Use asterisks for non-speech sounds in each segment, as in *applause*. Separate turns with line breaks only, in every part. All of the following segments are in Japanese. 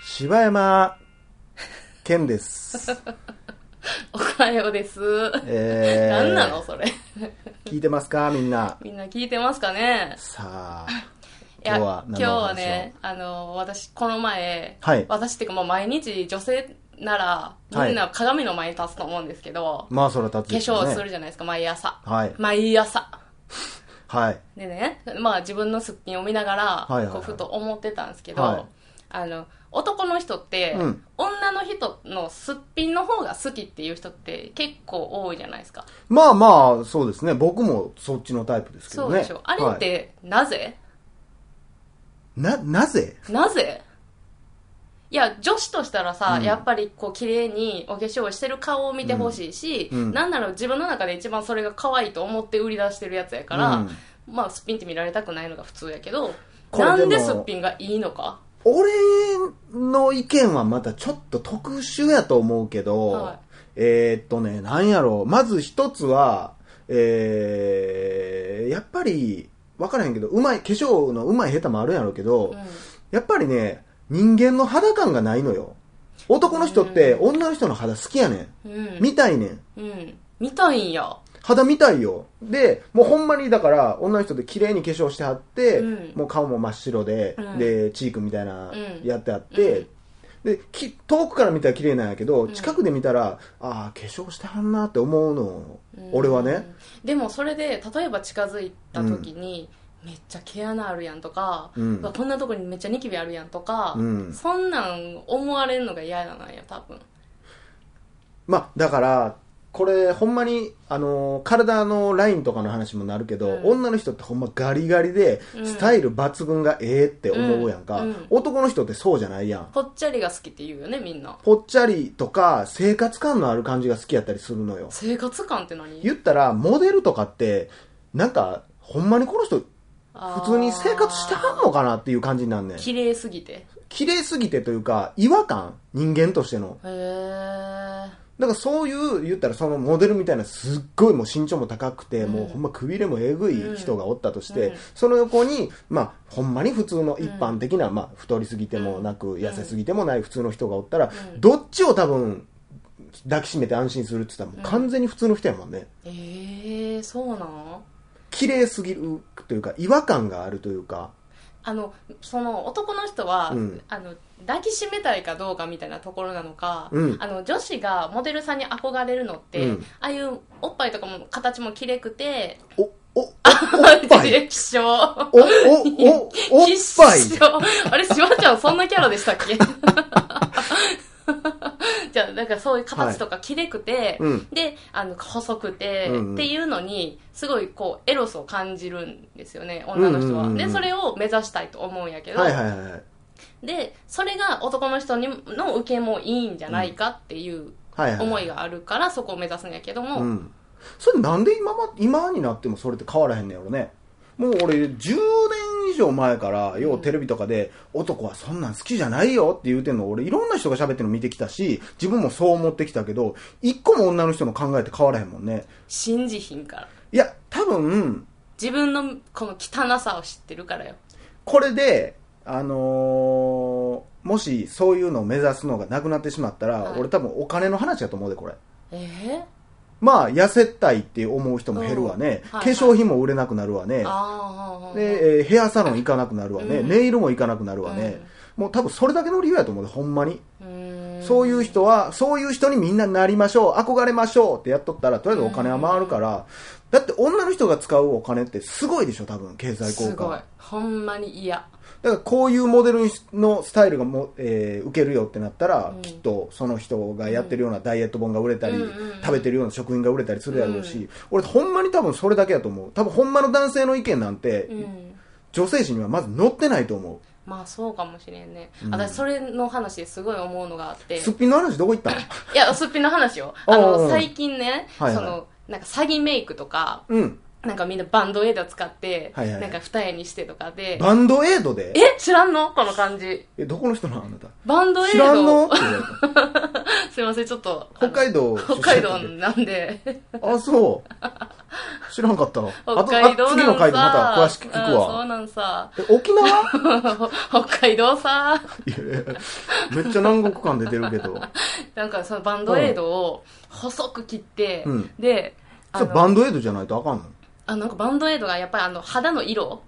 柴山健
*laughs*
です。
おはようです。
えー
何なのそれ。
聞いてますかみんな。
みんな聞いてますかね
さあ、
い
今
や
日は
今
何
日
のお話を
はね、あの、私、この前、
はい
私っていうか、まあ、毎日女性なら、
はい
みんな鏡の前に立つと思うんですけど、
まあそれは立つ
化
でしょう
粧する
ね。
じゃないですか、毎朝。
はい。
毎朝。
はい。
でね、まあ自分のすっぴんを見ながら、
いはいはい
こうふと思ってたんですけど、
はい
あの、男の人って、
うん
女の人のすっぴんの方が好きっていう人って結構多いじゃないですか。
まあまあ、そうですね。僕もそっちのタイプですけど
そ
ね。
うでしょ。あれっ
はい、
て、なぜ
な、なぜ
なぜいや、女子としたらさ、
うん
やっぱりこう綺麗にお化粧してる顔を見てほしいし、
うんうん
なんなら自分の中で一番それが可愛いと思って売り出してるやつやから、まあすっぴんって見られたくないのが普通やけど、
これで
な
も
んですっぴんがいいのか
俺の意見はまたちょっと特殊やと思うけど、
はい
えーっとね、なんやろう。まず一つは、えー、やっぱり、わからへんけど、うまい、化粧のうまい下手もあるんやろうけど、
うん
やっぱりね、人間の肌感がないのよ。男の人って
う
女の人の肌好きやねん。
うん。
見たいねん。
うん。見たいんや。
肌見たいよ。で、もうほんまにだから、女の人で綺麗に化粧してはって、
うん
もう顔も真っ白で、
うん
で、チークみたいな
うん
やってあって、でき、遠くから見たら綺麗なんやけど、
ん
近くで見たら、ああ、化粧してはんなって思うの。
うん
俺はね。。
でもそれで、例えば近づいた時に、めっちゃ毛穴あるやんとか、
うん
うわこんなとこにめっちゃニキビあるやんとか、
うん
そんなん思われるのが嫌なんや、多分。
まあ、だから、これ、ほんまに、あのー体のラインとかの話もなるけど、
うん
女の人ってほんまガリガリで、
うん
スタイル抜群がええって思うやんか、
うんうん
男の人ってそうじゃないやん。
ぽっちゃりが好きって言うよね、みんな。
ぽっちゃりとか生活感のある感じが好きやったりするのよ。
生活感って何
言ったら、モデルとかって、なんか、ほんまにこの人、
あー
普通に生活してはんのかなっていう感じになんねん。
綺麗すぎて。へ
綺麗すぎてというか、違和感人間としての。
え。
だからそういう、言ったらそのモデルみたいな、すっごいもう身長も高くて、
うん
もうほんまくびれもえぐい人がおったとして、
うん
その横に、まあ、ほんまに普通の一般的な、まあ、太りすぎてもなく、
ん
痩せすぎてもない普通の人がおったら、
うん
どっちを多分、抱きしめて安心するって言ったら、もう完全に普通の人やもんね。
ええ、そうなん
綺麗すぎるというか、違和感があるというか、
あの、その男の人は、
うん
あの、抱きしめたいかどうかみたいなところなのか、
うん
あの、女子がモデルさんに憧れるのって、
うん
ああいうおっぱいとかも形も綺麗くて、
お、
*laughs*
お、お、おっぱい、
希少。
お、お、お、おっ
希
ぱい。
少。あれ、しばちゃんそんなキャラでしたっ
*laughs*
けじゃあ、なんかそういう形とか綺麗くて、
うん
で、あの、細くて、
うんうん
っていうのに、すごいこう、エロスを感じるんですよね、女の人は。
うんうんうんうん
で、それを目指したいと思うんやけど、
はいはいはいはい。
でそれが男の人にの受けもいいんじゃないかっていう
はいはい。
思いがあるからそこを目指すんやけども、
うん、それなんで今ま今になってもそれって変わらへんねやろねもう俺10年以上前からようテレビとかで、男はそんなん好きじゃないよって言うてんの俺いろんな人が喋ってるの見てきたし自分もそう思ってきたけど一個も女の人の考えって変わらへんもんね
信じひんから
いや多分
自分のこの汚さを知ってるからよ
これであのーもしそういうのを目指すのがなくなってしまったら、
はい
俺多分お金の話やと思うでこれ
え
まあ痩せたいって思う人も減るわね、
うんはいはい
化粧品も売れなくなるわね
ー、ああ
で、えーヘアサロン行かなくなるわね、
うん
ネイルも行かなくなるわね、もう多分それだけの理由やと思うで、ほんまに。
うーん
そういう人は、そういう人にみんななりましょう、憧れましょうってやっとったら、とりあえずお金は回るから、だって女の人が使うお金ってすごいでしょ、多分、経済
す
効果
ごい
は。
ほんまに嫌
だからこういうモデルのスタイルがも、えー受けるよってなったら、
うん
きっとその人がやってるようなダイエット本が売れたり、
うんうんうん
食べてるような食品が売れたりするやろうし、
う
俺ほんまに多分それだけやと思う。多分ほんまの男性の意見なんて、
うん
女性誌にはまず載ってないと思う。
まあそうかもしれんね、
ん
私それの話ですごい思うのがあって
すっぴんの話どこ行ったの
いやすっぴんの話よあの
おうおう
最近ね、
はいはい
そのなんか詐欺メイクとか
うん。
なんかみんなバンドエイド使って、
はいはい
なんか二重にしてとかで、
バンドエイドで
え知らんのこの感じ。
え、どこの人なのあなた。
バンドエイ
知らんのっ
ド。
て言われた。
すいません、ちょっと。あ
北
の
海道
北海道なんで。
あ、そう。知らんかったわ。あ
北海道
あ次の回でまた詳しく聞く
うんそう
わ。
なんんさ、 *laughs*
え沖縄 *laughs*
北海道さ、
いやめっちゃ南国感出てるけ
*laughs*
ど
なんかそのバンドエイドを細く切って、
うん
で、あ
それ
の
バンドエイドじゃないとあかんの
あなんかバンドエイドがやっぱりあの肌の色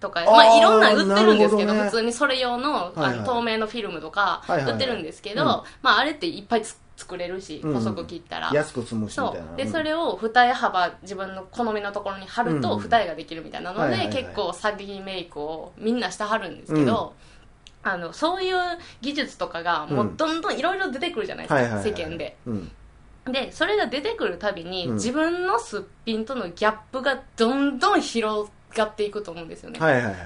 とか
あー
まあいろんなん売ってるんですけど
なるほどね
普通にそれ用のあの、
はいはい
透明のフィルムとか
はいはいはい
売ってるんですけど、
うん
まああれっていっぱいつ作れるし
うん
細く切ったら、
安く済むしみ
そ
たいな
うで
うん
それを二重幅自分の好みのところに貼る
う
と
ん
二重ができるみたいなので、
はいはいはい
結構詐欺メイクをみんなしてはるんですけど、あのそういう技術とかがもうどんどんいろいろ出てくるじゃないですか、
はいはいはいはい
世間で。
うん
でそれが出てくるたびに、
うん
自分のすっぴんとのギャップがどんどん広がっていくと思うんですよね、
はいはいはい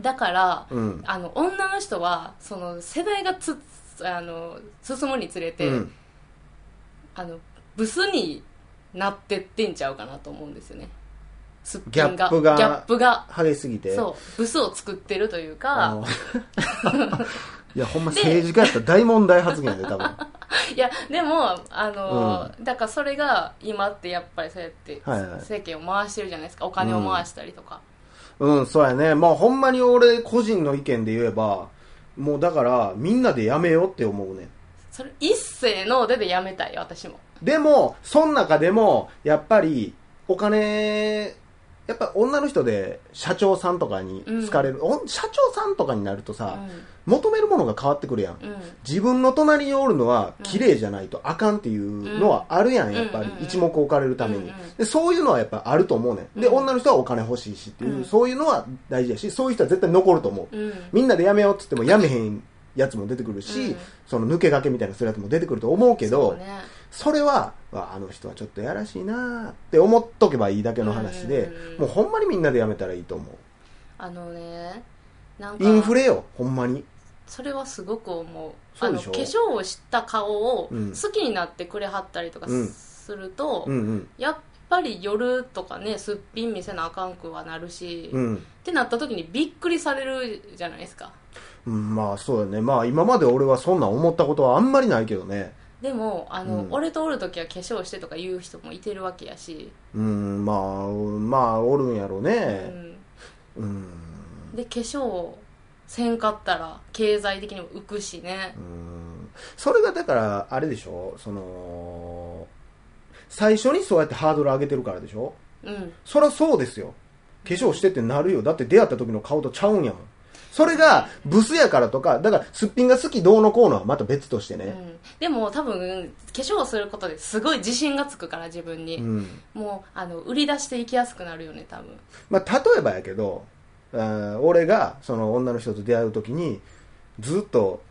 だから、
うん
あの女の人はその世代がつあの進むにつれて、
うん
あのブスになってってんちゃうかなと思うんですよねすっぴん
ギャップが
ギャップが
激しすぎて
そうブスを作ってるという
あ
*laughs* か
の *laughs* いやほんま
で
政治家やったら大問題発言やで多分
いやでもあの、だからそれが今ってやっぱりそうやって
はいはい
世間を回してるじゃないですかお金を回したりとか、
うんそうやねまあほんまに俺個人の意見で言えばもうだからみんなでやめようって思うねん
それ一世の出でやめたいよ私も
でも、その中でも、やっぱり、お金、やっぱ女の人で社長さんとかに好かれる、お社長さんとかになるとさ、求めるものが変わってくるやん。
うんうん
自分の隣におるのは
うん
綺麗じゃないとあかんっていうのはあるやん、やっぱり
うんうん。うん
一目置かれるために、
うんうん
で。そういうのはやっぱあると思うねん。で、
うん
女の人はお金欲しいしっていう、
うん
そういうのは大事やし、そういう人は絶対残ると思う。
うん
みんなでやめようって言ってもやめへんやつも出てくるし、
うん
その抜け駆けみたいなするやつも出てくると思うけど、
そうね
それはああの人はちょっとやらしいなって思っとけばいいだけの話で
うん
もうほんまにみんなでやめたらいいと思う
あのねなん
インフ
か
レよほんまに
それはすごく思う
そ
あ
うで
の
し
化
ょ
粧をした顔を
うん
好きになってくれはったりとか
うん
すると、
うんうん
やっぱり夜とかねすっぴん見せなあかんくはなるし、
う
っ
ん
てなった時にびっくりされるじゃないですか
うんまあそうだねまあ今まで俺はそんなん思ったことはあんまりないけどね
でもあの、
うん
俺とおる時は化粧してとか言う人もいてるわけやし、
うんまあまあおるんやろ
う
ね
ん、
うん、
で化粧せんかったら経済的にも浮くしね
うんそれがだからあれでしょその最初にそうやってハードル上げてるからでしょ
うん
そりゃそうですよ。化粧してってなるよ。だって出会った時の顔とちゃうんやもん。それが、ブスやからとか、だから、すっぴんが好きどうのこうのはまた別として
う
ね。
ん、でも多分化粧をすることですごい自信がつくから自分に、
うん。
もうあの売り出していきやすくなるよね多分
まあ、例えばやけど、あー俺が、その女の人と出会う時に、ずっと、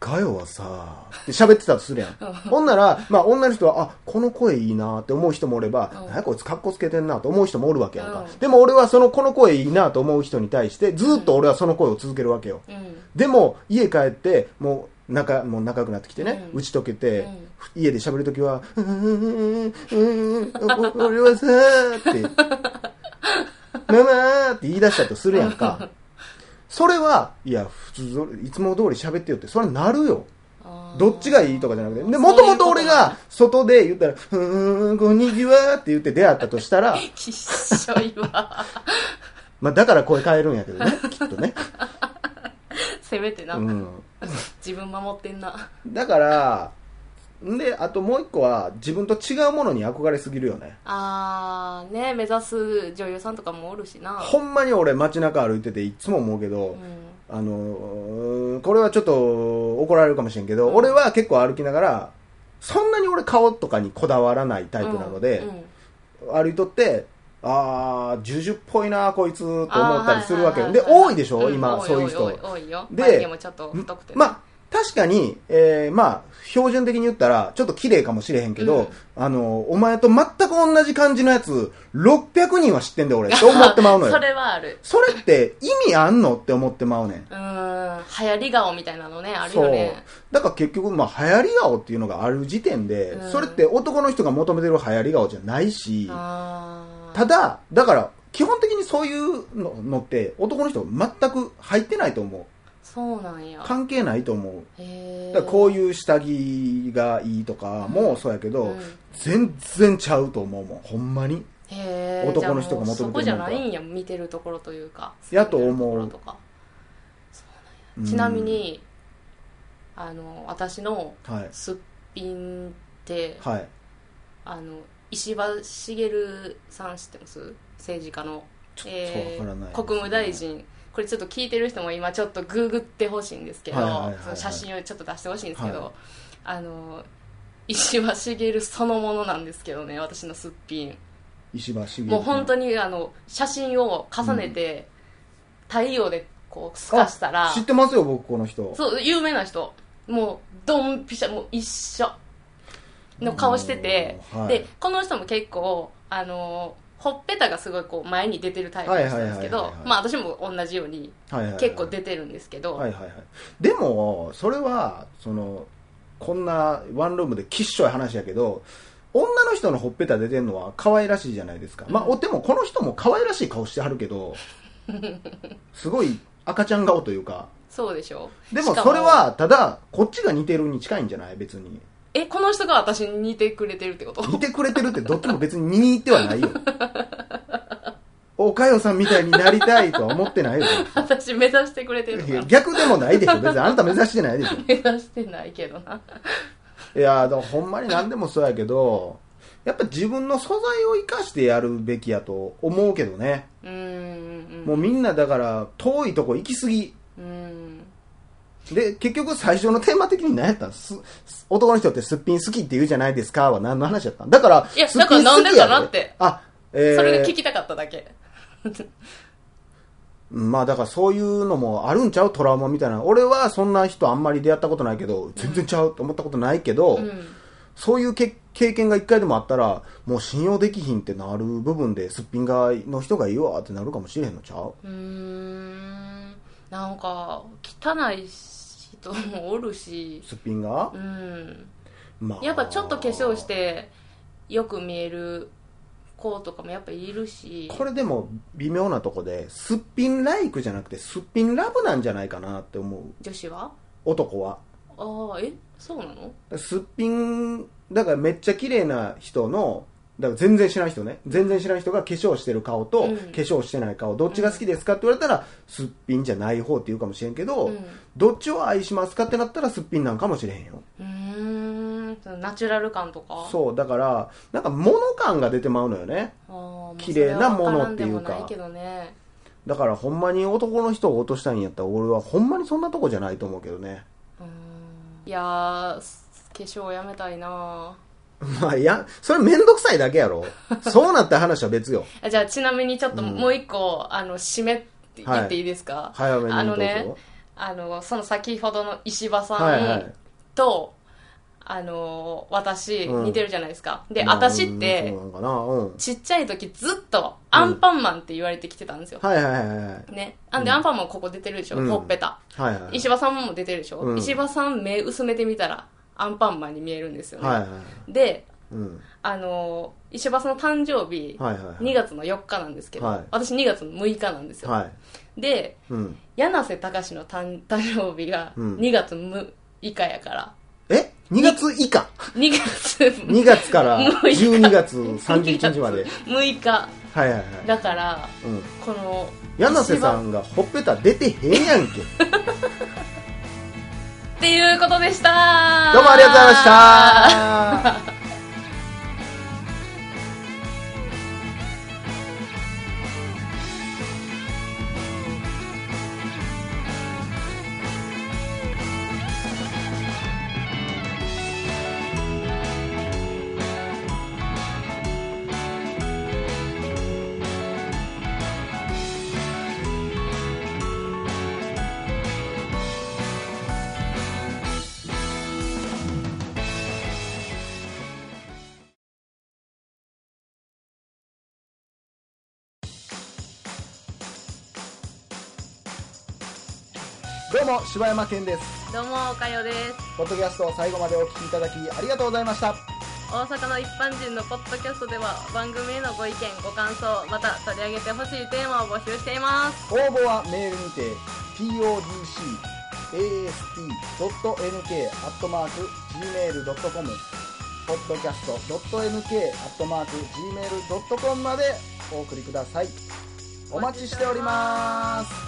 ガヨはさ、って喋ってたとするやん。
*laughs*
ほんなら、まあ、女の人は、あ、この声いいなって思う人もおれば、
うん
なんやこいつかっこつけてんなと思う人もおるわけやんか。
うん
でも俺はその、この声いいなと思う人に対して、ずっと俺はその声を続けるわけよ。
うん
でも家帰ってもう仲もう仲良くなってきてね、
うん
打ち解けて、
うん
家で喋るときは「うーんうーんうーんお俺はさ」って「ママー」って言い出したとするやんかそれはいや普通通りいつも通り喋ってよってそれはなるよ
あー
どっちがいいとかじゃなくてで
そうい
も
うこと
もと俺が外で言ったら「うーんこんにちは」って言って出会ったとしたら
きっしょいわ *laughs*
まあだから声変えるんやけどねきっとね
せめてな、
うん
自分守ってんな
だから、んで、あともう一個は、自分と違うものに憧れすぎるよね。
あーね目指す女優さんとかもおるしな
ほんまに俺街中歩いてていつも思うけど、
うん
あのー、これはちょっと怒られるかもしれんけど、俺は結構歩きながら、そんなに俺顔とかにこだわらないタイプなので、
うんうん
歩いとって、あー、ジュジュっぽいな、こいつ、と思ったりするわけ
あー
よ。
はい
で、
はいはい
多いでしょ、
ん
今、
多
そういう人。
多い多いよ
で
眉毛もちょっと太くてね
まあ、確かに、えーまあ、標準的に言ったら、ちょっと綺麗かもしれへんけど、
うん
あの、お前と全く同じ感じのやつ、600人は知ってんで俺、って思ってまうのよ
*laughs* そ。れはある
それって意味あんのって思ってまうねん。
うーん流行り顔みたいなのねあるよね
だから結局、まあ、流行り顔っていうのがある時点で、
うん
それって男の人が求めてる流行り顔じゃないし、
あ
ただ、だから、基本的にそういうののって、男の人全く入ってないと思う。
あそうなんや
関係ないと思う。
へえ
だからこういう下着がいいとかもそうやけど、
うん
全然ちゃうと思うもんほんまに
へえ
男の人が求めてる
そこじゃないんや見てるところというか
やと思う
住んでるところとかちなみ、にあの私の
うんはい
すっぴんって、
はい
あの石破茂さん知ってます政治家の、
ちょっ
え
とわからないですね
ー国務大臣これちょっと聞いてる人も今ちょっとググってほしいんですけど、
はいはいはいはい
その写真をちょっと出してほしいんですけど、
はい
あの石破茂そのものなんですけどね私のすっぴん
石破茂
もう本当
に
にあの写真を重ねて、太陽でこう透かしたら
知ってますよ僕この人
そう有名な人もうドンピシャもう一緒の顔してて、
おーはい
でこの人も結構あのーほっぺたがすごいこう前に出てるタイプの人なんですけ
はい
ど
はいはいはいはい
まあ私も同じように
はいはいはい
結構出てるんですけど、
はいはいはいでもそれはそのこんなワンルームできっしょい話やけど女の人のほっぺた出てるのは可愛らしいじゃないですか、まあ
うん
おでもこの人も可愛らしい顔してはるけ *laughs* どすごい赤ちゃん顔というか
そうでしょ
で
し
も
か
それはただこっちが似てるに近いんじゃない別に
えこの人が私に似てくれてるってこと *laughs*
似てくれてるってどっちも別に似てはない *laughs* よおかよさんみたいになりたいとは思って *laughs* ないよ
私目指してくれてるの
い
か
や
な
逆でもないでしょ別にあなた目指してないでしょ
*laughs* 目指してないけどない
やーでもほんまに何でもそうやけどやっぱ自分の素材を生かしてやるべきやと思うけどね、
うーん
もうみんなだから遠いとこ行き過ぎ
うーん
で結局最初のテーマ的に何やったんすす男の人ってすっぴん好きって言うじゃないですかは何の話やったんだから
いや
すっぴん
だから
好きや
なんでかなって
あえー、
それが聞きたかっただけ
まあだからそういうのもあるんちゃうトラウマみたいな俺はそんな人あんまり出会ったことないけど全然ちゃうと思ったことないけど、
うん
そういうけ経験が一回でもあったら、もう信用できひんってなる部分ですっぴんがの人がいいわってなるかもしれへんのちゃう
うーんなんか汚い人もおるし
すっぴんが
う、ん
まあ、
やっぱちょっと化粧し。てよく見える子とかもやっぱいるし
これでも微妙なとこで、すっぴんライクじゃなくてすっぴんラブなんじゃないかなって思う。
女子は
男は。
ああえそうなの
すっぴん、だからめっちゃ綺麗な人の、だから全然知らない人ね。全然知らない人が化粧してる顔と、
うん
化粧してない顔、どっちが好きですかって言われたら、すっぴんじゃない方って言うかもしれんけど、
うん
どっちを愛しますかってなったらすっぴんなんかもしれへんよ。
うーんそのナチュラル感とか
そう、だから、なんか物感が出てまうのよね。
あーまあ
綺麗なものっていうか
それは分らんでもないけどね
だからほんまに男の人を落としたいんやったら俺はほんまにそんなとこじゃないと思うけどね。 *laughs*
うーんいやー化粧やめたいな
まあいや、それめんどくさいだけやろ。そうなった話は別よ。
あじゃあちなみにちょっと
うん
もう一個、あの締めって言っていいですか、
早めに
あ
ど
の
う
ね
ぞ。
あのその先ほどの石破さんと、
はいはい。
あの私、
うん
似てるじゃないですかで、
まあ
私って
そうなんかな。うん。
ちっちゃい時ずっとアンパンマンって言われてきてたんですよ、
はいはいはいはい。
ねあんで、
うん
アンパンマンここ出てるでしょ、
うん
ほっぺた
はいはい。
石破さんも出てるでしょ、
うん
石破さん目薄めてみたらアンパンマンに見えるんですよね、
はいはい。
で
うん。
あの石破さんの誕生日、
はいはいはい。
2月の4日なんですけど、
はい
私2月の6日なんですよ、
はい。
で
うん。
柳瀬隆の誕誕生日が
うん
2月6日やから、
え ?2 月以下
2月
?2 月
*laughs*
から12月31日まで。
6日
はいはいはい。
だから
うん。
この
柳瀬さ
一番
んがほっぺた出てへんやんけ
っていうことでした
どうもありがとうございました
*laughs*
どうも柴山健です
どうもおかよです
ポッドキャストを最後までお聞きいただきありがとうございました
大阪の一般人のポッドキャストでは番組へのご意見ご感想また取り上げてほしいテーマを募集しています
応募はメールにて podcast.nk.gmail.com podcast.nk.gmail.com までお送りください。お待ちしております。